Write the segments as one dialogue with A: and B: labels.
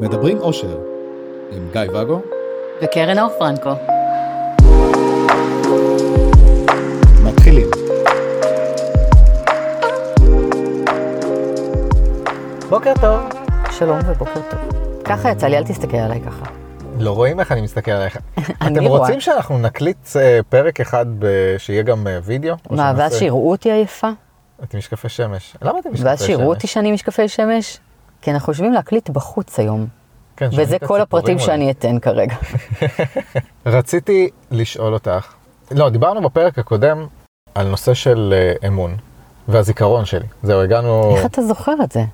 A: מדברים אושר, עם גיא ואגו.
B: וקרן אור פרנקו.
A: מתחילים.
C: בוקר טוב. שלום ובוקר טוב.
B: ככה יצא לי, אל תסתכל עליי ככה.
C: לא רואים איך אני מסתכל עליך.
B: אני
C: אתם
B: רואה.
C: רוצים שאנחנו נקליט אה, פרק אחד ב- שיהיה גם אה, וידאו? או
B: מה, ואז
C: שנעשה-
B: שיראו אותי עייפה?
C: את משקפי שמש. למה אתם משקפי שמש?
B: ואז שיראו אותי שאני משקפי שמש? כי אנחנו יושבים להקליט בחוץ היום.
C: כן, שומעים
B: וזה
C: את
B: כל הפרטים
C: הציפורים
B: שאני אתן כרגע.
C: אולי. רציתי לשאול אותך, לא, דיברנו בפרק הקודם על נושא של אה, אמון, והזיכרון שלי. זהו, הגענו,
B: איך אתה זוכר את זה?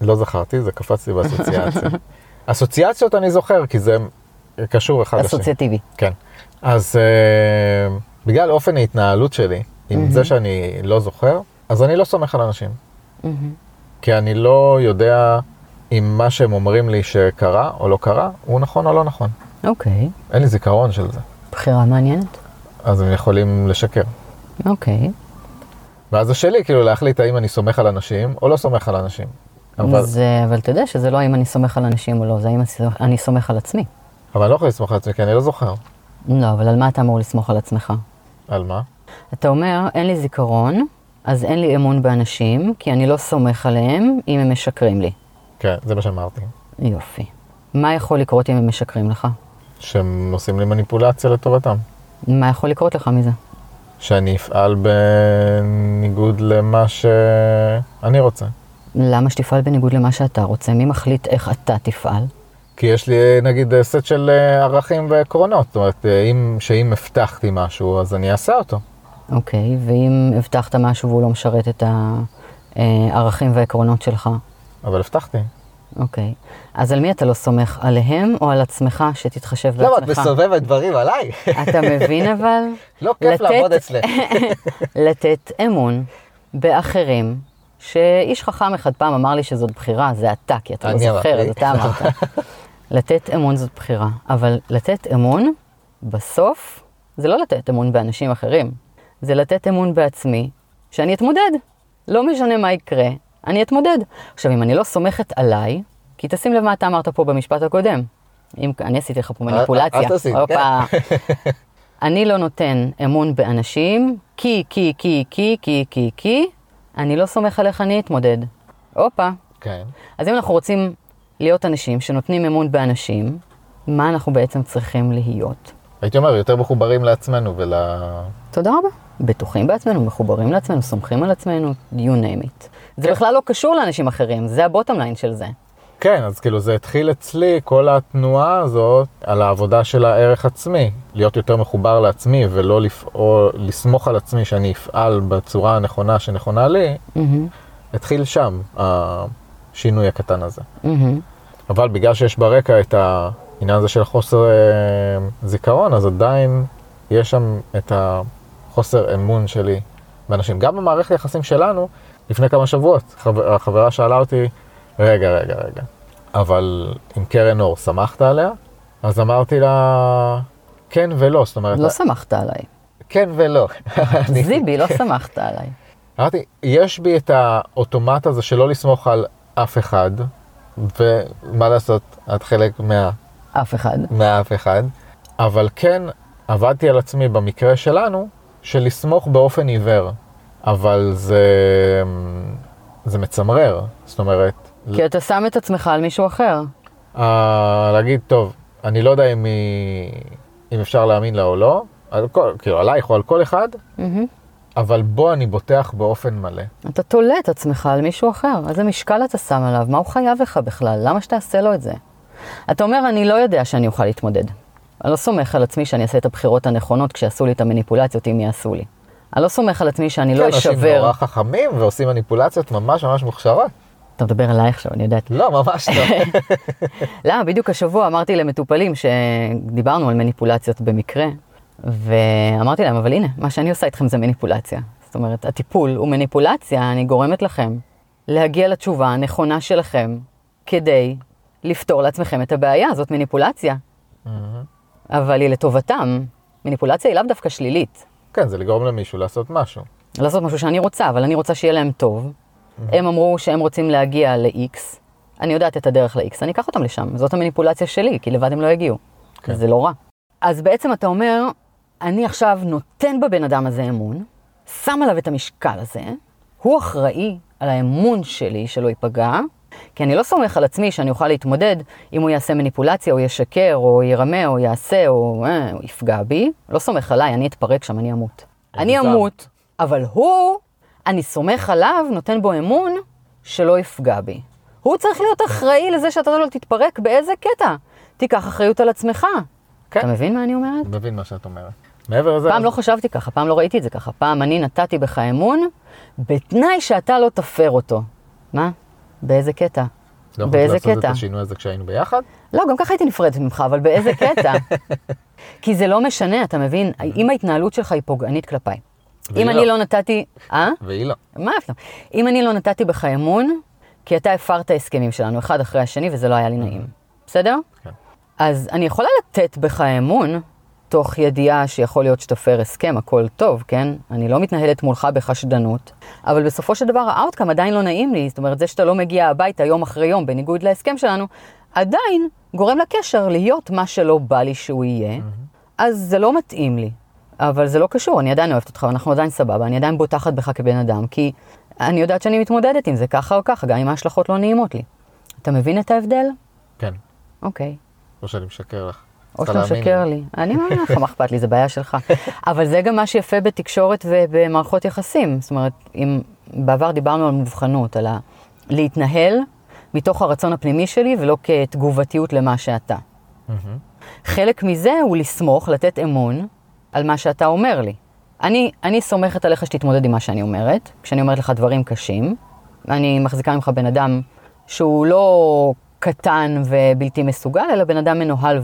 C: לא זכרתי, זה קפץ לי באסוציאציה. אסוציאציות אני זוכר, כי זה קשור אחד לשני.
B: אסוציאטיבי.
C: כן. אז אה, בגלל אופן ההתנהלות שלי, עם זה שאני לא זוכר, אז אני לא סומך על אנשים. כי אני לא יודע אם מה שהם אומרים לי שקרה או לא קרה, הוא נכון או לא נכון.
B: אוקיי,
C: אין לי זיכרון של זה.
B: בחירה מעניינת.
C: אז הם יכולים לשקר.
B: אוקיי.
C: ואז זה שלי, כאילו, להחליט האם אני סומך על אנשים או לא סומך על אנשים. אבל,
B: אז, אה, אבל אתה יודע שזה לא האם אני סומך על אנשים או לא, זה האם אני סומך- אני סומך על עצמי.
C: אבל אני לא יכול לסמוך על עצמי, כי אני לא זוכר.
B: לא, אבל על מה אתה אמור לסמוך על עצמך?
C: על מה?
B: אתה אומר, אין לי זיכרון, אז אין לי אמון באנשים, כי אני לא סומך עליהם אם הם משקרים לי.
C: כן, זה מה שאמרתי.
B: יופי. מה יכול לקרות אם הם משקרים לך?
C: שהם עושים לי מניפולציה לטובתם.
B: מה יכול לקרות לך מזה?
C: שאני אפעל בניגוד למה שאני רוצה.
B: למה שתפעל בניגוד למה שאתה רוצה? מי מחליט איך אתה תפעל?
C: כי יש לי נגיד סט של אה, ערכים ועקרונות, זאת אומרת, אה, אם, שאם הבטחתי משהו, אז אני אעשה אותו.
B: אוקיי, ואם הבטחת משהו והוא לא משרת את הערכים והעקרונות שלך?
C: אבל הבטחתי.
B: אוקיי. אז על מי אתה לא סומך? עליהם או על עצמך שתתחשב בעצמך?
C: למה לא, את מסובבת דברים עליי?
B: אתה מבין אבל?
C: לא כיף
B: לתת-
C: לעבוד אצלך.
B: לתת אמון באחרים, שאיש חכם אחד פעם אמר לי שזאת בחירה, זה אתה, כי אתה לא
C: אני
B: זוכר,
C: אמרתי.
B: אז אתה אמרת. לתת אמון זאת בחירה, אבל לתת אמון, בסוף, זה לא לתת אמון באנשים אחרים, זה לתת אמון בעצמי, שאני אתמודד. לא משנה מה יקרה, אני אתמודד. עכשיו, אם אני לא סומכת עליי, כי תשים לב מה אתה אמרת פה במשפט הקודם. אם אני עשיתי לך פה מניפולציה.
C: את עשית,
B: הופה. אני לא נותן אמון באנשים, כי, כי, כי, כי, כי, כי, כי, אני לא סומך על איך אני אתמודד. הופה.
C: כן.
B: אז אם אנחנו רוצים להיות אנשים שנותנים אמון באנשים, מה אנחנו בעצם צריכים להיות?
C: הייתי אומר, יותר מחוברים לעצמנו ול...
B: תודה רבה. בטוחים בעצמנו, מחוברים לעצמנו, סומכים על עצמנו, you name it. זה בכלל לא קשור לאנשים אחרים, זה הבוטום ליין של זה.
C: כן, אז כאילו זה התחיל אצלי, כל התנועה הזאת, על העבודה של הערך עצמי. להיות יותר מחובר לעצמי ולא לפעול, לסמוך על עצמי שאני אפעל בצורה הנכונה שנכונה לי,
B: מהמם,
C: התחיל שם השינוי הקטן הזה.
B: מהמם.
C: אבל בגלל שיש ברקע את העניין הזה של חוסר אה, זיכרון, אז עדיין יש שם את החוסר אמון שלי באנשים. גם במערכת היחסים שלנו, לפני כמה שבועות, חבר, החברה שאלה אותי, רגע, רגע, רגע, אבל עם קרן אור סמכת עליה? אז אמרתי לה, כן ולא, זאת אומרת,
B: לא סמכת עליי.
C: כן ולא. אני-
B: זיבי, לא סמכת עליי.
C: אמרתי, יש בי את האוטומט הזה שלא לסמוך על אף אחד, ומה לעשות, את חלק מה...
B: אף אחד.
C: מאף אחד, אבל כן עבדתי על עצמי במקרה שלנו, של לסמוך באופן עיוור. אבל זה, זה מצמרר, זאת אומרת,
B: כי אתה שם את עצמך על מישהו אחר.
C: אה, להגיד, טוב, אני לא יודע אם, היא, אם אפשר להאמין לה או לא, על כל, כאילו עלייך או על כל אחד,
B: מהמם.
C: אבל בו אני בוטח באופן מלא.
B: אתה תולה את עצמך על מישהו אחר. איזה משקל אתה שם עליו? מה הוא חייב לך בכלל? למה שתעשה לו את זה? אתה אומר, אני לא יודע שאני אוכל להתמודד. אני לא סומך על עצמי שאני אעשה את הבחירות הנכונות כשעשו לי את המניפולציות, אם יעשו לי. אני לא סומך על עצמי שאני לא
C: כן, אנשים
B: אשבר.
C: נורא חכמים ועושים מניפולציות ממש ממש מוכשרות.
B: אתה מדבר אליי עכשיו, אני יודעת.
C: לא, ממש לא.
B: למה? לא, בדיוק השבוע אמרתי למטופלים שדיברנו על מניפולציות במקרה, ואמרתי להם, אבל הנה, מה שאני עושה איתכם זה מניפולציה. זאת אומרת, הטיפול הוא מניפולציה, אני גורמת לכם להגיע לתשובה הנכונה שלכם כדי לפתור לעצמכם את הבעיה, זאת מניפולציה. אבל היא לטובתם. מניפולציה היא לאו דווקא שלילית.
C: כן, זה לגרום למישהו לעשות משהו.
B: לעשות משהו שאני רוצה, אבל אני רוצה שיהיה להם טוב. הם אמרו שהם רוצים להגיע ל-X, אני יודעת את הדרך ל-X, אני אקח אותם לשם. זאת המניפולציה שלי, כי לבד הם לא יגיעו.
C: כן.
B: כן. זה לא רע. אז בעצם אתה אומר, אני עכשיו נותן בבן אדם הזה אמון, שם עליו את המשקל הזה, הוא אחראי על האמון שלי שלא ייפגע, כי אני לא סומך על עצמי שאני אוכל להתמודד אם הוא יעשה מניפולציה, או ישקר, או ירמה, או יעשה, או אה, הוא יפגע בי. לא סומך עליי, אני אתפרק שם, אני אמות. אני
C: מוגזם.
B: אמות, אבל הוא, אני סומך עליו, נותן בו אמון, שלא יפגע בי. הוא צריך להיות אחראי לזה שאתה לא תתפרק באיזה קטע. תיקח אחריות על עצמך.
C: כן.
B: אתה מבין מה אני אומרת?
C: מבין מה שאת אומרת. מעבר לזה,
B: פעם לא חשבתי ככה, פעם לא ראיתי את זה ככה. פעם אני נתתי בך אמון, בתנאי שאתה לא תפר אותו. מה? באיזה קטע?
C: לא יכולת
B: באיזה
C: לעשות את
B: קטע?
C: השינוי הזה כשהיינו ביחד.
B: לא, גם ככה הייתי נפרדת ממך, אבל באיזה קטע? כי זה לא משנה, אתה מבין? אם ההתנהלות שלך היא פוגענית כלפיי. אם
C: והיא
B: אני
C: לא.
B: לא נתתי... אה?
C: והיא לא.
B: מה אף לא? אם אני לא נתתי בך אמון, כי אתה הפרת הסכמים שלנו, אחד אחרי השני, וזה לא היה לי נעים. בסדר?
C: כן.
B: אז אני יכולה לתת בך אמון, תוך ידיעה שיכול להיות שתפר הסכם, הכל טוב, כן? אני לא מתנהלת מולך בחשדנות, אבל בסופו של דבר האאוטקאם עדיין לא נעים לי, זאת אומרת, זה שאתה לא מגיע הביתה יום אחרי יום, בניגוד להסכם שלנו, עדיין גורם לקשר להיות מה שלא בא לי שהוא יהיה, אז זה לא מתאים לי. אבל זה לא קשור, אני עדיין אוהבת אותך, ואנחנו עדיין סבבה, אני עדיין בוטחת בך כבן אדם, כי אני יודעת שאני מתמודדת עם זה ככה או ככה, גם אם ההשלכות לא נעימות לי. אתה מבין את ההבדל?
C: כן.
B: אוקיי.
C: או שאני משקר לך.
B: או
C: צריכה
B: שאתה
C: להאמין
B: משקר לי. אני מאמינה לך, מה אכפת לי, זה בעיה שלך. אבל זה גם מה שיפה בתקשורת ובמערכות יחסים. זאת אומרת, אם בעבר דיברנו על מובחנות, על ה... להתנהל מתוך הרצון הפנימי שלי ולא כתגובתיות למה שאתה.
C: מהמם.
B: חלק מזה הוא לסמוך, לתת אמון על מה שאתה אומר לי. אני, אני סומכת עליך שתתמודד עם מה שאני אומרת, כשאני אומרת לך דברים קשים. אני מחזיקה ממך בן אדם שהוא לא קטן ובלתי מסוגל, אלא בן אדם מנוהל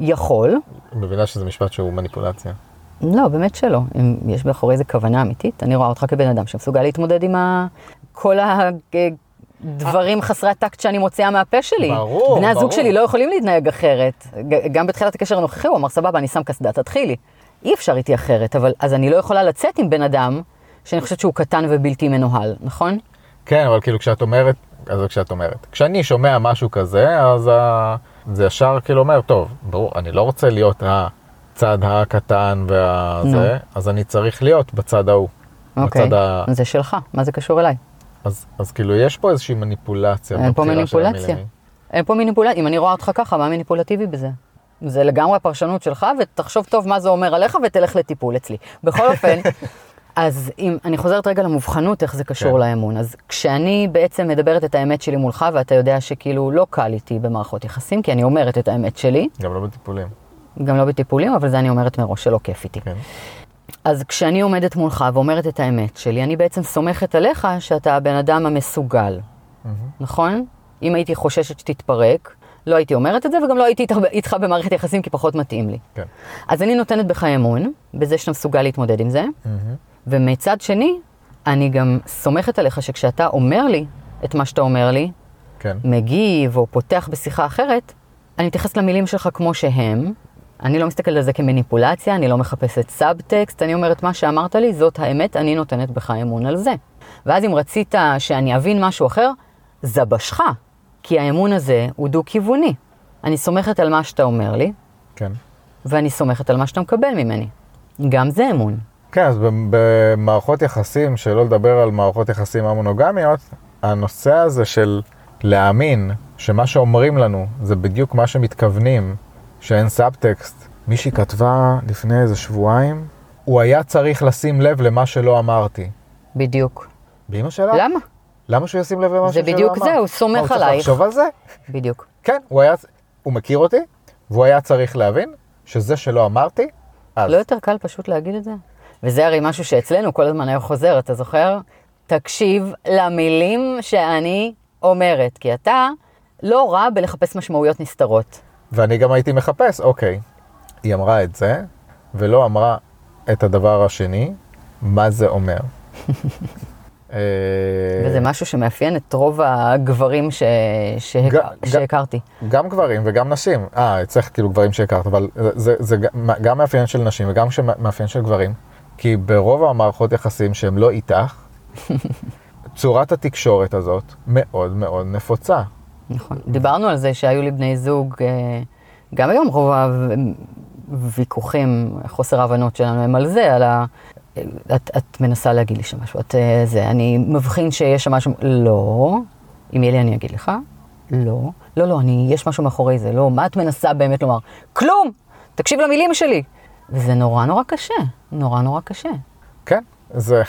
B: ויכול.
C: מבינה שזה משפט שהוא מניפולציה.
B: לא, באמת שלא. אם יש מאחורי זה כוונה אמיתית, אני רואה אותך כבן אדם שמסוגל להתמודד עם ה... כל הדברים חסרי הטקט שאני מוציאה מהפה שלי.
C: ברור,
B: בני הזוג
C: ברור.
B: שלי לא יכולים להתנהג אחרת. ג- גם בתחילת הקשר הנוכחי הוא אמר, סבבה, אני שם קסדה, תתחילי. אי אפשר איתי אחרת, אבל אז אני לא יכולה לצאת עם בן אדם שאני חושבת שהוא קטן ובלתי מנוהל, נכון?
C: כן, אבל כאילו כשאת אומרת, אז זה כשאת אומרת. כשאני שומע משהו כזה, אז ה... זה ישר כאילו אומר, טוב, ברור, אני לא רוצה להיות הצד הקטן והזה, אז אני צריך להיות בצד ההוא.
B: אוקיי.
C: בצד ה...
B: זה שלך, מה זה קשור אליי?
C: אז, אז כאילו יש פה איזושהי מניפולציה.
B: אין פה
C: בבחירה של
B: מניפולציה.
C: המילים.
B: אין פה מניפולציה, אם אני רואה אותך ככה, מה מניפולטיבי בזה? זה לגמרי הפרשנות שלך, ותחשוב טוב מה זה אומר עליך, ותלך לטיפול אצלי. בכל אופן, אז אם, אני חוזרת רגע למובחנות, איך זה קשור
C: כן.
B: כן. לאמון. אז כשאני בעצם מדברת את האמת שלי מולך, ואתה יודע שכאילו לא קל איתי במערכות יחסים, כי אני אומרת את האמת שלי,
C: גם לא בטיפולים.
B: גם לא בטיפולים, אבל זה אני אומרת מראש, שלא כיף איתי.
C: כן.
B: אז כשאני עומדת מולך ואומרת את האמת שלי, אני בעצם סומכת עליך שאתה הבן אדם המסוגל, נכון? אם הייתי חוששת שתתפרק, לא הייתי אומרת את זה, וגם לא הייתי איתך- איתך במערכת יחסים כי פחות מתאים לי.
C: כן.
B: אז אני נותנת בך אמון, בזה שאתה מסוגל להתמודד עם זה,
C: מהמם.
B: ומצד שני, אני גם סומכת עליך שכשאתה אומר לי את מה שאתה אומר לי,
C: כן.
B: מגיב או פותח בשיחה אחרת, אני מתייחסת למילים שלך כמו שהם. אני לא מסתכלת על זה כמניפולציה, אני לא מחפשת סאבטקסט, אני אומרת, מה שאמרת לי, זאת האמת, אני נותנת בך אמון על זה. ואז אם רצית שאני אבין משהו אחר, זבשך, כי האמון הזה הוא דו-כיווני. אני סומכת על מה שאתה אומר לי,
C: כן.
B: ואני סומכת על מה שאתה מקבל ממני. גם זה אמון.
C: כן, אז במ- במערכות יחסים, שלא לדבר על מערכות יחסים המונוגמיות, הנושא הזה של להאמין שמה שאומרים לנו זה בדיוק מה שמתכוונים, שאין סאבטקסט. מישהי כתבה לפני איזה שבועיים, הוא היה צריך לשים לב למה שלא אמרתי.
B: בדיוק.
C: באמא שלה?
B: למה?
C: למה שהוא ישים לב למה
B: לא. זה
C: שלא אמר?
B: בדיוק זה, הוא סומך
C: מה, הוא צריך
B: עלייך.
C: לחשוב על זה?
B: בדיוק.
C: כן, הוא היה, הוא מכיר אותי, והוא היה צריך להבין שזה שלא אמרתי, אז.
B: לא יותר קל פשוט להגיד את זה? וזה הרי משהו שאצלנו כל הזמן היה חוזר, אתה זוכר? תקשיב למילים שאני אומרת, כי אתה לא רע בלחפש משמעויות נסתרות.
C: ואני גם הייתי מחפש, אוקיי, היא אמרה את זה, ולא אמרה את הדבר השני, מה זה אומר. אה,
B: וזה משהו שמאפיין את רוב הגברים ש... שהכ...
C: ג- ג-
B: שהכרתי.
C: גם גברים וגם נשים, אה, אצלך כאילו גברים שהכרת, אבל זה, זה, זה גם- גם מאפיין של נשים וגם שמ- מאפיין של גברים, כי ברוב המערכות יחסים שהם לא איתך, צורת התקשורת הזאת מאוד מאוד נפוצה.
B: נכון. דיברנו על זה שהיו לי בני זוג, אה, גם היום רוב הוויכוחים, חוסר ההבנות שלנו הם על זה, על ה... את, את מנסה להגיד לי שם משהו, את אה, זה, אני מבחין שיש שם משהו, לא, אם יהיה לי אני אגיד לך, לא, לא, לא, אני, יש משהו מאחורי זה, לא, מה את מנסה באמת לומר? כלום! תקשיב למילים שלי! וזה נורא נורא קשה, נורא נורא קשה.
C: כן, זה...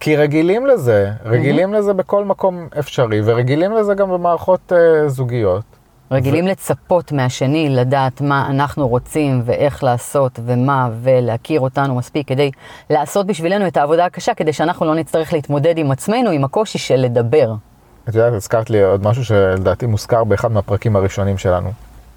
C: כי רגילים לזה, רגילים לזה בכל מקום אפשרי, ורגילים לזה גם במערכות אה, זוגיות.
B: רגילים לצפות מהשני לדעת מה אנחנו רוצים ואיך לעשות ומה ולהכיר אותנו מספיק כדי לעשות בשבילנו את העבודה הקשה כדי שאנחנו לא נצטרך להתמודד עם עצמנו עם הקושי של לדבר.
C: את יודעת, הזכרת לי עוד משהו שלדעתי מוזכר באחד מהפרקים הראשונים שלנו.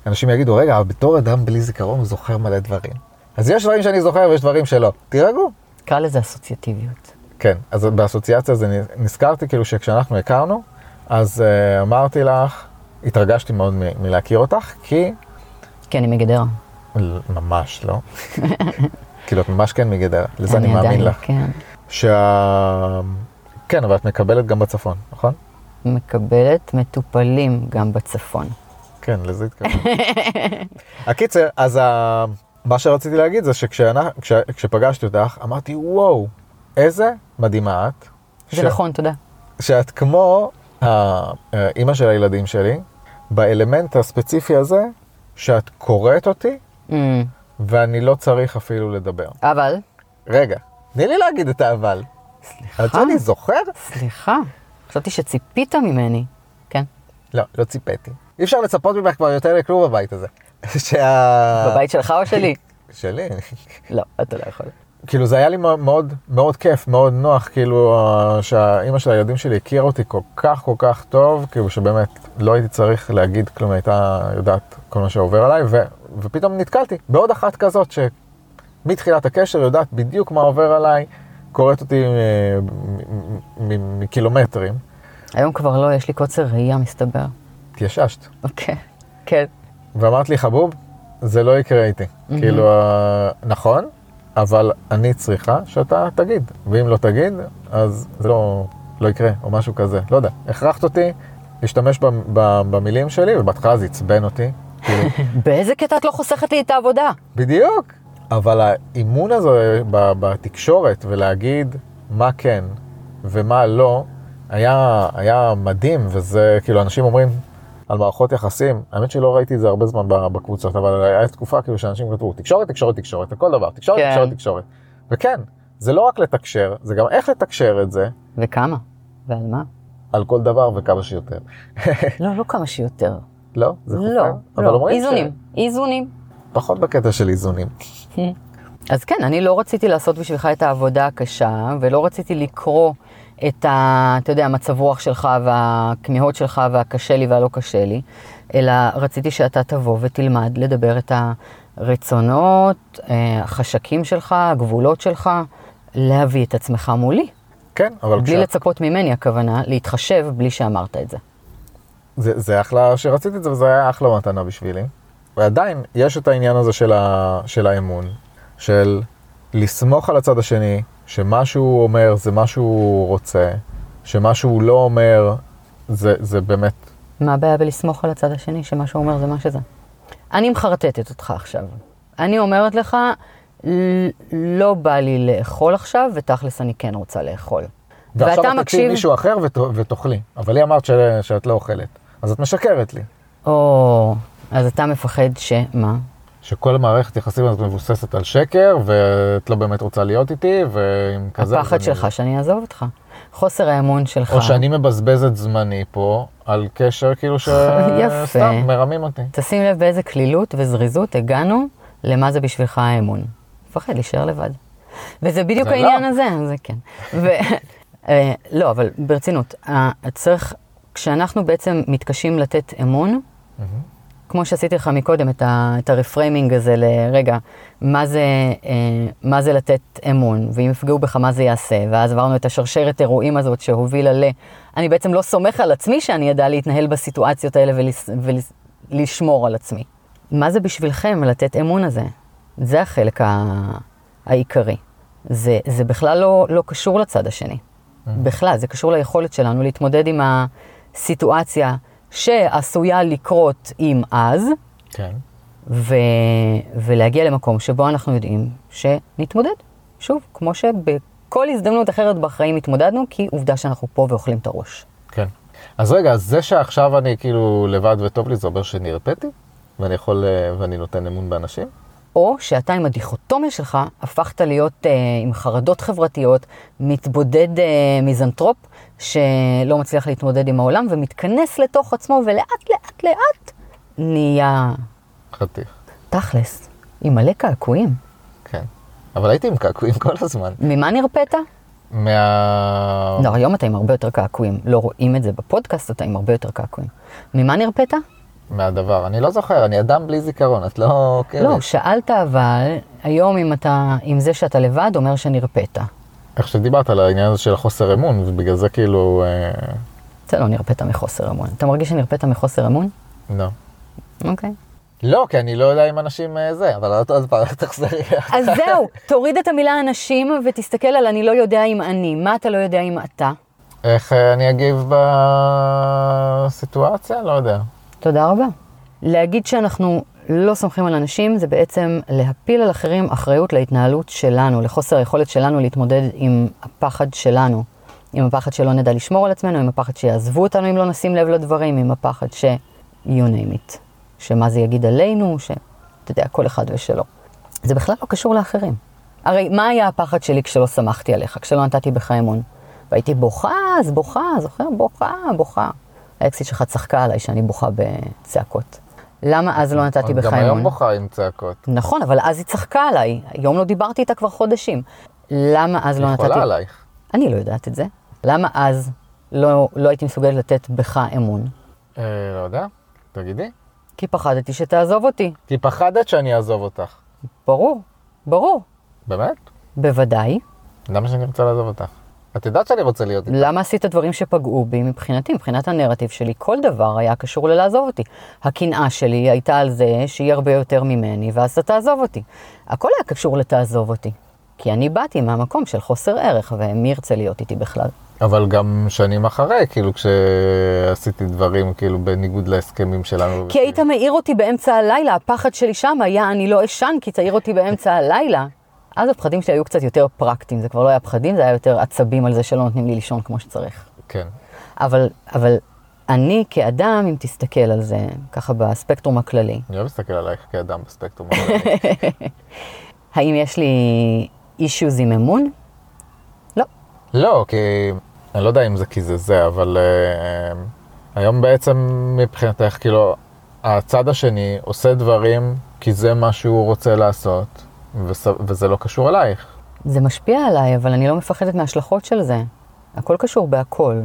C: אנשים יגידו, רגע, אבל בתור אדם בלי זיכרון הוא זוכר מלא דברים. אז יש דברים שאני זוכר ויש דברים שלא. תירגעו.
B: קרא לזה אסוציאטיביות.
C: כן, אז באסוציאציה זה נזכרתי כאילו שכשאנחנו הכרנו, אז uh, אמרתי לך, התרגשתי מאוד מ- מלהכיר אותך, כי...
B: כי אני מגדרה.
C: ל- ממש לא. כאילו, את ממש כן מגדרה, לזה אני
B: עדיין,
C: מאמין לך.
B: כן.
C: שה... כן, אבל את מקבלת גם בצפון, נכון?
B: מקבלת מטופלים גם בצפון.
C: כן, לזה התכוונתי. הקיצר, אז ה... מה שרציתי להגיד זה שכשאנחנו- כש... כשפגשתי אותך, אמרתי, וואו, איזה מדהימה את.
B: זה נכון, תודה.
C: שאת כמו האימא של הילדים שלי, באלמנט הספציפי הזה, שאת קוראת אותי,
B: Mm,
C: ואני לא צריך אפילו לדבר.
B: אבל,
C: רגע, תני לי להגיד את האבל. את שאני זוכר?
B: סליחה, חשבתי שציפית ממני. כן,
C: לא, לא ציפיתי. אי אפשר לצפות ממך כבר יותר לכלום בבית הזה. שה...
B: בבית שלך או שלי?
C: שלי.
B: לא, אתה לא יכול.
C: כאילו זה היה לי מאוד- מאוד מאוד כיף, מאוד נוח, כאילו אה, שהאימא של הילדים שלי הכירה אותי כל כך כל כך טוב, כאילו שבאמת לא הייתי צריך להגיד כלום, הייתה יודעת כל מה שעובר עליי, ו, ופתאום נתקלתי בעוד אחת כזאת שמתחילת הקשר יודעת בדיוק מה עובר עליי, קוראת אותי אה, מ- מ- מ- מקילומטרים.
B: היום כבר לא, יש לי קוצר ראייה, מסתבר.
C: התייששת,
B: אוקיי, כן.
C: ואמרת לי חבוב, זה לא יקרה איתי. כאילו, אה, נכון, אבל אני צריכה שאתה תגיד, ואם לא תגיד, אז זה לא, לא יקרה, או משהו כזה. לא יודע, הכרחת אותי להשתמש במ, ב- במילים שלי, ובהתחלה זה עצבן אותי, כאילו,
B: באיזה קטע את לא חוסכת לי את העבודה?
C: בדיוק. אבל האימון הזה ב- בתקשורת, ולהגיד מה כן ומה לא, היה, היה מדהים, וזה, כאילו, אנשים אומרים על מערכות יחסים, האמת שלא ראיתי את זה הרבה זמן ב- בקבוצות, אבל היה תקופה כאילו שאנשים כתבו, תקשורת, תקשורת, תקשורת, על כל דבר, תקשורת,
B: כן.
C: תקשורת, תקשורת. וכן, זה לא רק לתקשר, זה גם איך לתקשר את זה
B: וכמה? ועל מה?
C: על כל דבר וכמה שיותר.
B: לא, לא כמה שיותר.
C: לא, זה
B: לא,
C: חוקר, אבל
B: לא.
C: אומרים
B: איזונים, איזונים.
C: שפחות בקטע של איזונים. אה.
B: אז כן, אני לא רציתי לעשות בשבילך את העבודה הקשה, ולא רציתי לקרוא את ה... אתה יודע, המצב רוח שלך והכמיהות שלך והקשה לי והלא קשה לי, אלא רציתי שאתה תבוא ותלמד לדבר את הרצונות, אה, החשקים שלך, הגבולות שלך, להביא את עצמך מולי.
C: כן, אבל
B: בלי לצפות ממני הכוונה, להתחשב בלי שאמרת את זה.
C: זה, זה אחלה שרציתי את זה, וזה היה אחלה מתנה בשבילי. ועדיין, יש את העניין הזה של, ה, של האמון, של לסמוך על הצד השני, שמה שהוא אומר זה מה שהוא רוצה, שמה שהוא לא אומר זה, זה באמת,
B: מה הבעיה בלסמוך על הצד השני, שמה שהוא אומר זה מה שזה? אני מחרטטת אותך עכשיו. אני אומרת לך, "ל- לא בא לי לאכול עכשיו, ותכלס אני כן רוצה לאכול.
C: ועכשיו
B: ואתה
C: את תקשיב
B: מקשיב...
C: מישהו אחר ות, ותאכלי. אבל היא אמרת ש, שאת לא אוכלת, אז את משקרת לי.
B: או, אז אתה מפחד שמה?
C: שכל מערכת יחסים הזאת מבוססת על שקר, ואת לא באמת רוצה להיות איתי, ועם כזה... אז
B: הפחד
C: אני-
B: שלך שאני אעזוב אותך. חוסר האמון שלך.
C: או שאני מבזבז את זמני פה על קשר כאילו
B: יפה.
C: שסתם מרמים אותי.
B: תשים לב באיזה קלילות וזריזות הגענו למה זה בשבילך האמון. מפחד להישאר לבד. וזה בדיוק
C: זה לא.
B: העניין הזה, זה כן. ו... אה, לא, אבל ברצינות, אה, צריך, כשאנחנו בעצם מתקשים לתת אמון, כמו שעשיתי לך מקודם, את, ה, את הרפריימינג הזה לרגע, מה זה, אה, מה זה לתת אמון, ואם יפגעו בך, מה זה יעשה, ואז עברנו את השרשרת אירועים הזאת שהובילה ל... אני בעצם לא סומך על עצמי שאני אדע להתנהל בסיטואציות האלה ולס, ולשמור על עצמי. מה זה בשבילכם לתת אמון הזה? זה החלק ה, העיקרי. זה, זה בכלל לא, לא קשור לצד השני. בכלל, זה קשור ליכולת שלנו להתמודד עם הסיטואציה שעשויה לקרות אם אז,
C: כן.
B: ו... ולהגיע למקום שבו אנחנו יודעים שנתמודד. שוב, כמו שבכל הזדמנות אחרת בחיים התמודדנו, כי עובדה שאנחנו פה ואוכלים את הראש.
C: כן. אז רגע, אז זה שעכשיו אני כאילו לבד וטוב לי, זה אומר שנרפאתי? ואני יכול, אה, ואני נותן אמון באנשים?
B: או שאתה עם הדיכוטומיה שלך הפכת להיות אה, עם חרדות חברתיות, מתבודד אה, מיזנטרופ שלא מצליח להתמודד עם העולם ומתכנס לתוך עצמו ולאט לאט לאט נהיה
C: חתיך.
B: תכלס, עם מלא קעקועים.
C: כן. אבל הייתי עם קעקועים כל הזמן.
B: ממה נרפאת?
C: מה...
B: לא, היום אתה עם הרבה יותר קעקועים. לא רואים את זה בפודקאסט, אתה עם הרבה יותר קעקועים. ממה נרפאת?
C: מהדבר. אני לא זוכר, אני אדם בלי זיכרון, את לא עוקבת.
B: לא, שאלת אבל, היום אם אתה, אם זה שאתה לבד אומר שנרפאת.
C: איך שדיברת על העניין הזה של החוסר אמון, ובגלל זה כאילו... אה,
B: זה לא נרפאת מחוסר אמון. אתה מרגיש שנרפאת מחוסר אמון?
C: לא.
B: אוקיי.
C: לא, כי אני לא יודע אם אנשים אה, זה, אבל עוד- עוד פעם, תחזרי.
B: אז זהו, תוריד את המילה אנשים ותסתכל על אני לא יודע אם אני. מה אתה לא יודע אם אתה?
C: איך אה, אני אגיב בסיטואציה? לא יודע.
B: תודה רבה. להגיד שאנחנו לא סומכים על אנשים זה בעצם להפיל על אחרים אחריות להתנהלות שלנו, לחוסר היכולת שלנו להתמודד עם הפחד שלנו. עם הפחד שלא נדע לשמור על עצמנו, עם הפחד שיעזבו אותנו אם לא נשים לב לדברים, עם הפחד ש... you name it. שמה זה יגיד עלינו, ש... אתה יודע, כל אחד ושלו. זה בכלל לא קשור לאחרים. הרי מה היה הפחד שלי כשלא סמכתי עליך, כשלא נתתי בך אמון? והייתי בוכה, אז בוכה, זוכר? בוכה, בוכה. האקסיט שלך צחקה עליי שאני בוכה בצעקות. למה אז לא נתתי בך
C: גם
B: אמון?
C: היום בוכה עם צעקות.
B: נכון, אבל אז היא צחקה עליי. היום לא דיברתי איתה כבר חודשים. למה אז לא נתתי...
C: חולה עלייך.
B: אני לא יודעת את זה. למה אז לא, לא הייתי מסוגלת לתת בך אמון?
C: אה, לא יודע, תגידי.
B: כי פחדתי שתעזוב אותי.
C: כי פחדת שאני אעזוב אותך.
B: ברור, ברור.
C: באמת?
B: בוודאי.
C: למה שאני רוצה לעזוב אותך? את יודעת שאני רוצה להיות איתך.
B: למה עשית דברים שפגעו בי מבחינתי, מבחינת הנרטיב שלי? כל דבר היה קשור ללעזוב אותי. הקנאה שלי הייתה על זה שהיא הרבה יותר ממני, ואז אתה תעזוב אותי. הכל היה קשור לתעזוב אותי. כי אני באתי מהמקום של חוסר ערך, ומי ירצה להיות איתי בכלל?
C: אבל גם שנים אחרי, כאילו כשעשיתי דברים, כאילו בניגוד להסכמים שלנו.
B: כי היית מעיר אותי באמצע הלילה, הפחד שלי שם היה אני לא אשן כי תעיר אותי באמצע הלילה. אז הפחדים שלי היו קצת יותר פרקטיים, זה כבר לא היה פחדים, זה היה יותר עצבים על זה שלא נותנים לי לישון כמו שצריך.
C: כן.
B: אבל, אבל אני כאדם, אם תסתכל על זה, ככה בספקטרום הכללי,
C: אני לא מסתכל עלייך כאדם בספקטרום. הכללי.
B: האם יש לי אישיוז עם אמון? לא.
C: לא, כי... אני לא יודע אם זה כי זה זה, אבל אה, היום בעצם מבחינתך, כאילו, הצד השני עושה דברים כי זה מה שהוא רוצה לעשות, וס- וזה לא קשור אלייך.
B: זה משפיע עליי, אבל אני לא מפחדת מההשלכות של זה. הכל קשור בהכל.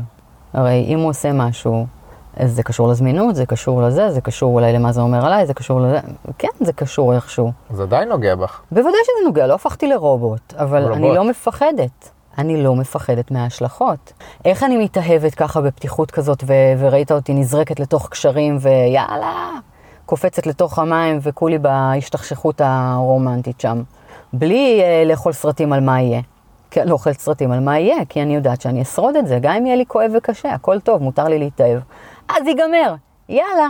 B: הרי אם הוא עושה משהו, אז זה קשור לזמינות, זה קשור לזה, זה קשור אולי למה זה אומר עליי, זה קשור לזה. כן, זה קשור איכשהו.
C: זה עדיין נוגע בך.
B: בוודאי שזה נוגע, לא הפכתי לרובוט, אבל
C: רובוט.
B: אני לא מפחדת. אני לא מפחדת מההשלכות. איך אני מתאהבת ככה בפתיחות כזאת, ו- וראית אותי נזרקת לתוך קשרים, ויאללה, קופצת לתוך המים, וכולי בהשתכשכות הרומנטית שם. בלי אה, לאכול סרטים על מה יהיה. כי אני לא אוכלת סרטים על מה יהיה, כי אני יודעת שאני אשרוד את זה, גם אם יהיה לי כואב וקשה, הכל טוב, מותר לי להתאהב. אז ייגמר, יאללה.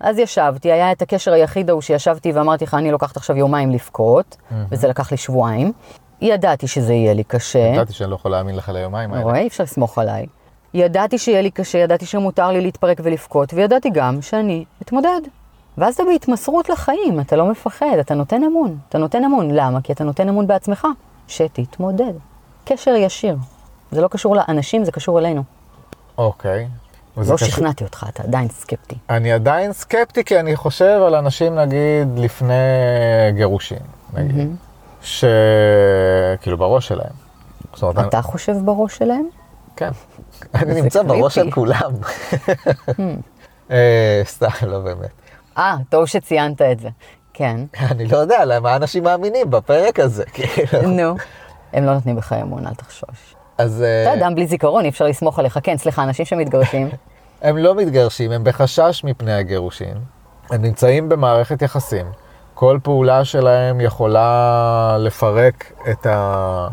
B: אז ישבתי, היה את הקשר היחיד ההוא שישבתי ואמרתי לך, אני לוקחת עכשיו יומיים לבכות, וזה לקח לי שבועיים. ידעתי שזה יהיה לי קשה.
C: ידעתי שאני לא יכול להאמין לך ליומיים האלה.
B: רואה, אוקיי, אי אפשר לסמוך עליי. ידעתי שיהיה לי קשה, ידעתי שמותר לי להתפרק ולבכות, וידעתי גם שאני אתמודד. ואז אתה בהתמסרות לחיים, אתה לא מפחד, אתה נותן אמון. אתה נותן אמון, למה? כי אתה נותן אמון בעצמך, שתתמודד. קשר ישיר. זה לא קשור לאנשים, זה קשור אלינו.
C: אוקיי. וזה
B: לא
C: קשור-
B: שכנעתי אותך, אתה עדיין סקפטי.
C: אני עדיין סקפטי, כי אני חושב על אנשים, נגיד, לפני גירושין, נגיד, שכאילו בראש שלהם. זאת אומרת, אני-
B: אתה חושב בראש שלהם?
C: כן. אני
B: זה
C: נמצא בראש של
B: creepy.
C: כולם. אה, סתם, לא באמת.
B: אה, טוב שציינת את זה. כן.
C: אני לא יודע למה אנשים מאמינים בפרק הזה, כאילו.
B: נו. הם לא נותנים בך אמון, אל תחשוש.
C: אז אה,
B: אתה אדם בלי זיכרון, אי אפשר לסמוך עליך. כן, סליחה, אנשים שמתגרשים.
C: הם לא מתגרשים, הם בחשש מפני הגירושין. הם נמצאים במערכת יחסים. כל פעולה שלהם יכולה לפרק את, ה...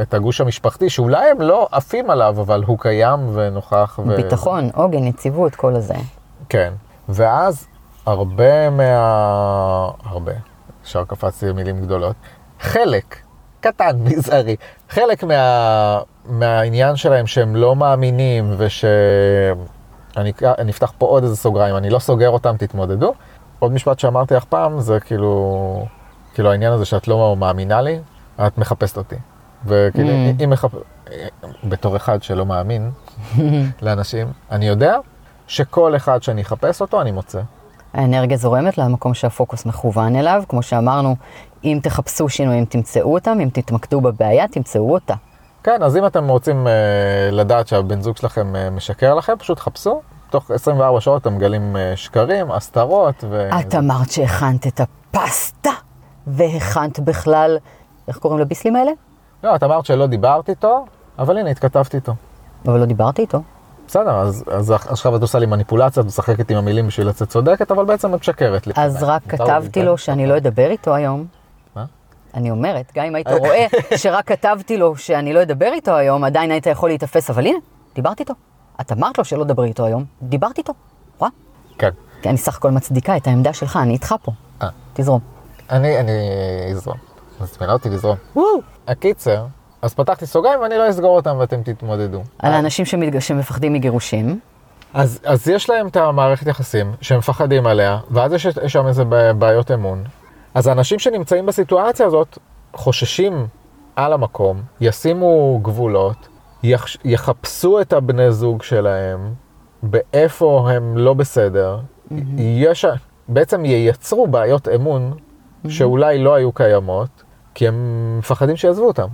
C: את הגוש המשפחתי, שאולי הם לא עפים עליו, אבל הוא קיים ונוכח. ו...
B: ביטחון, עוגן, יציבות, כל הזה.
C: כן. ואז הרבה מה... הרבה. ישר קפצתי למילים גדולות. חלק, קטן, מזערי, חלק מה... מהעניין שלהם שהם לא מאמינים וש... אני אקרא- אני אפתח פה עוד איזה סוגריים, אני לא סוגר אותם, תתמודדו. עוד משפט שאמרתי לך פעם, זה כאילו, כאילו העניין הזה שאת לא מאמינה לי, את מחפשת אותי. וכאילו,
B: Mm.
C: אם מחפ... בתור אחד שלא מאמין לאנשים, אני יודע שכל אחד שאני אחפש אותו, אני מוצא.
B: האנרגיה זורמת למקום שהפוקוס מכוון אליו. כמו שאמרנו, אם תחפשו שינויים, תמצאו אותם, אם תתמקדו בבעיה, תמצאו אותה.
C: כן, אז אם אתם רוצים אה, לדעת שהבן זוג שלכם אה, משקר לכם, פשוט חפשו. תוך 24 שעות אתם מגלים אה, שקרים, הסתרות ו...
B: את אמרת שהכנת את הפסטה, והכנת בכלל, איך קוראים לביסלים האלה?
C: לא, את אמרת שלא דיברת איתו, אבל הנה, התכתבת איתו.
B: אבל לא דיברתי איתו.
C: בסדר, אז, אז עכשיו את עושה לי מניפולציה, את משחקת עם המילים בשביל לצאת צודקת, אבל בעצם את משקרת לי.
B: אז רק
C: מותר לי,
B: כתבתי
C: כן?
B: לו שאני לא אדבר איתו היום.
C: מה?
B: אני אומרת, גם אם היית רואה שרק כתבתי לו שאני לא אדבר איתו היום, עדיין היית יכול להיתפס, אבל הנה, דיברתי איתו. את אמרת לו שלא דבר איתו היום, דיברתי איתו. וואה.
C: כן.
B: כי אני סך הכל מצדיקה את העמדה שלך, אני איתך פה.
C: אה.
B: תזרום.
C: אני, אני אזרום. מזמינה אותי לזרום. הקיצר, אז פתחתי סוגריים ואני לא אסגור אותם ואתם תתמודדו.
B: על האנשים שמתג- שמפחדים מגירושים,
C: אז, אז יש להם את המערכת יחסים שהם מפחדים עליה, ואז יש יש שם איזה ב- בעיות אמון. אז האנשים שנמצאים בסיטואציה הזאת חוששים על המקום, ישימו גבולות, יחש, יחפשו את הבני זוג שלהם, באיפה הם לא בסדר, mm-hmm. יש, בעצם ייצרו בעיות אמון mm-hmm. שאולי לא היו קיימות, כי הם מפחדים שיעזבו אותם.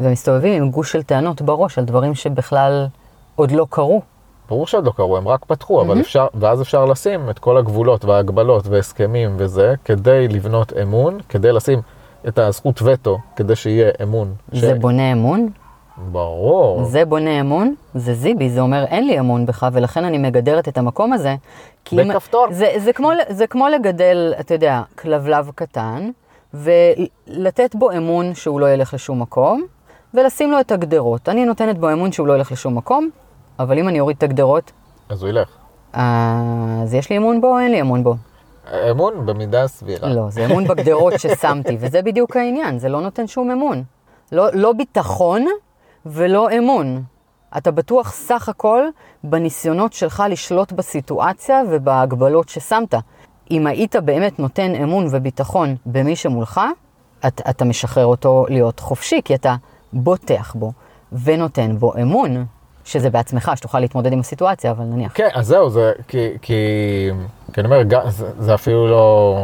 B: ומסתובבים עם גוש של טענות בראש על דברים שבכלל עוד לא קרו.
C: ברור שעוד לא קרו, הם רק פתחו, אבל אפשר, ואז אפשר לשים את כל הגבולות וההגבלות והסכמים וזה, כדי לבנות אמון, כדי לשים את הזכות וטו, כדי שיהיה אמון.
B: זה בונה אמון,
C: ברור.
B: זה בונה אמון, זה זיבי, זה אומר אין לי אמון בך, ולכן אני מגדרת את המקום הזה. כי אם-
C: בכפתור.
B: זה, זה, כמו, זה כמו לגדל, אתה יודע, כלבלב קטן, ולתת בו אמון שהוא לא ילך לשום מקום, ולשים לו את הגדרות. אני נותנת בו אמון שהוא לא ילך לשום מקום, אבל אם אני אוריד את הגדרות,
C: אז הוא ילך.
B: אז יש לי אמון בו או אין לי אמון בו?
C: אמון במידה סבירה.
B: לא, זה אמון בגדרות ששמתי, וזה בדיוק העניין, זה לא נותן שום אמון. לא, לא ביטחון ולא אמון. אתה בטוח סך הכל בניסיונות שלך לשלוט בסיטואציה ובהגבלות ששמת. אם היית באמת נותן אמון וביטחון במי שמולך, את, אתה משחרר אותו להיות חופשי, כי אתה בוטח בו ונותן בו אמון, שזה בעצמך, שתוכל להתמודד עם הסיטואציה, אבל נניח.
C: כן, אז זהו, זה כי, כי, כי אני אומר, ג- זה, זה אפילו לא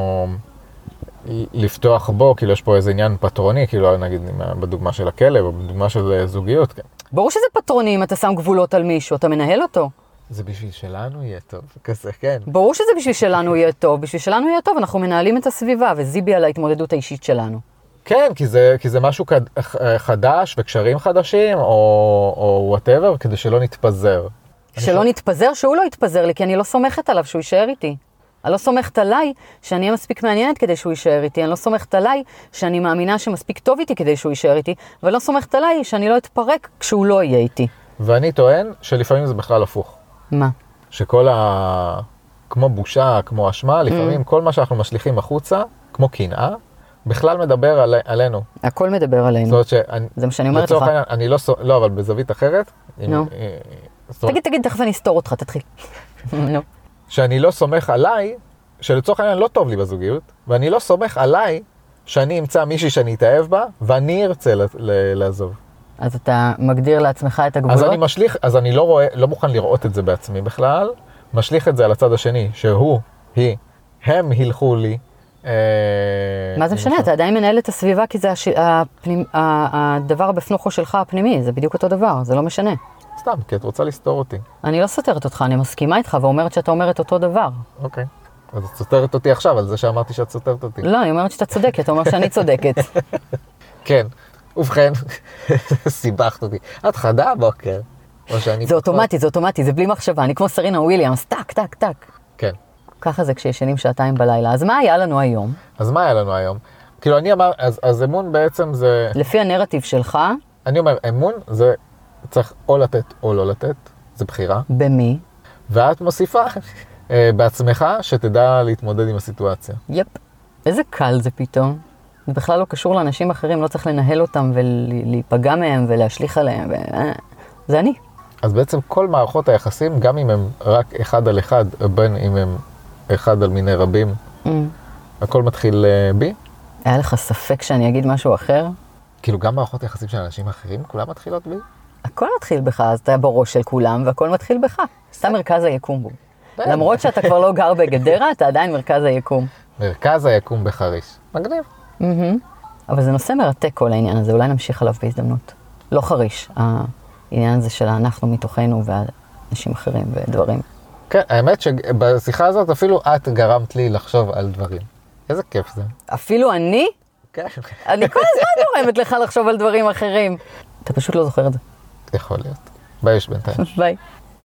C: לפתוח בו, כאילו יש פה איזה עניין פטרוני, כאילו נגיד עם- בדוגמה של הכלב, או בדוגמה של אה, זוגיות, כן.
B: ברור שזה פטרוני אם אתה שם גבולות על מישהו, אתה מנהל אותו.
C: זה בשביל שלנו יהיה טוב, כזה, כן.
B: ברור שזה בשביל שלנו יהיה טוב, בשביל שלנו יהיה טוב, אנחנו מנהלים את הסביבה, וזיבי על ההתמודדות האישית שלנו.
C: כן, כי זה, כי זה משהו קד, ח- אה, חדש וקשרים חדשים או וואטאבר, כדי שלא נתפזר.
B: שלא נתפזר, שהוא לא יתפזר לי, כי אני לא סומכת עליו שהוא יישאר איתי. אני לא סומכת עליי שאני אהיה מספיק מעניינת כדי שהוא יישאר איתי, אני לא סומכת עליי שאני מאמינה שמספיק טוב איתי כדי שהוא יישאר איתי, ואני לא סומכת עליי שאני לא אתפרק כשהוא לא יהיה איתי.
C: ואני טוען שלפעמים זה בכלל הפוך.
B: מה?
C: שכל ה... כמו בושה, כמו אשמה,
B: Mm.
C: לפעמים כל מה שאנחנו משליכים החוצה, כמו קנאה, בכלל מדבר על, עלינו.
B: הכל מדבר
C: זאת
B: עלינו.
C: אומרת שאני...
B: זה מה שאני אומרת
C: לצורך
B: לך.
C: העניין, אני לא... סו- לא, אבל בזווית אחרת. אם-
B: נו.
C: אה, זאת אומרת,
B: תגיד, תגיד, תכף אני אסתור אותך, תתחיל. נו.
C: שאני לא סומך עליי, שלצורך העניין לא טוב לי בזוגיות, ואני לא סומך עליי שאני אמצא מישהי שאני אתאהב בה, ואני ארצה ל- ל- לעזוב.
B: אז אתה מגדיר לעצמך את
C: אז אני
B: הגבולות?
C: משליך, אז אני לא רואה, לא מוכן לראות את זה בעצמי בכלל, משליך את זה על הצד השני, שהוא, היא, הם הילכו לי. אה,
B: מה זה
C: נכון.
B: משנה? אתה עדיין מנהל את הסביבה כי זה הש... הפנימ... ה- הדבר בפנוכו שלך הפנימי, זה בדיוק אותו דבר, זה לא משנה.
C: סתם, כי את רוצה לסתור אותי.
B: אני לא סותרת אותך, אני מסכימה איתך ואומרת שאתה אומר את אותו דבר.
C: אוקיי. אז את סותרת אותי עכשיו על זה שאמרתי שאת סותרת אותי.
B: לא, אני אומרת שאתה צודק, כי אתה אומר שאני צודקת.
C: כן. ובכן, סיבכת אותי. את חדה הבוקר. או שאני
B: זה
C: פחות.
B: אוטומטי, זה אוטומטי, זה בלי מחשבה, אני כמו סרינה וויליאמס, טק, טק, טק.
C: כן.
B: ככה זה כשישנים שעתיים בלילה. אז מה היה לנו היום?
C: אז מה היה לנו היום? כאילו אני אמר, אז, אז אמון בעצם זה,
B: לפי הנרטיב שלך,
C: אני אומר, אמון זה צריך או לתת או לא לתת, זה בחירה,
B: במי?
C: ואת מוסיפה אה, בעצמך שתדע להתמודד עם הסיטואציה.
B: יפ. איזה קל זה פתאום. זה בכלל לא קשור לאנשים אחרים, לא צריך לנהל אותם ולהיפגע מהם ולהשליך עליהם. ו... אה, זה אני.
C: אז בעצם כל מערכות היחסים, גם אם הם רק אחד על אחד, בין אם הם אחד על מיני רבים,
B: Mm.
C: הכל מתחיל אה, בי.
B: היה לך ספק שאני אגיד משהו אחר?
C: כאילו גם מערכות היחסים של אנשים אחרים, כולם מתחילות בי.
B: הכל מתחיל בך, אז אתה בראש של כולם, והכל מתחיל בך. אתה מרכז היקום בו. למרות שאתה כבר לא גר בגדרה, אתה עדיין מרכז היקום.
C: מרכז היקום בחריש. מגניב.
B: מהמם. אבל זה נושא מרתק כל העניין הזה, אולי נמשיך עליו בהזדמנות. לא חריש, העניין הזה של אנחנו מתוכנו ואנשים אחרים ודברים.
C: כן, האמת שבשיחה הזאת אפילו את גרמת לי לחשוב על דברים. איזה כיף זה.
B: אפילו אני,
C: כן.
B: אני כל הזמן גורמת לך לחשוב על דברים אחרים. אתה פשוט לא זוכר את זה.
C: יכול להיות. ביי, יש בינתיים.
B: ביי.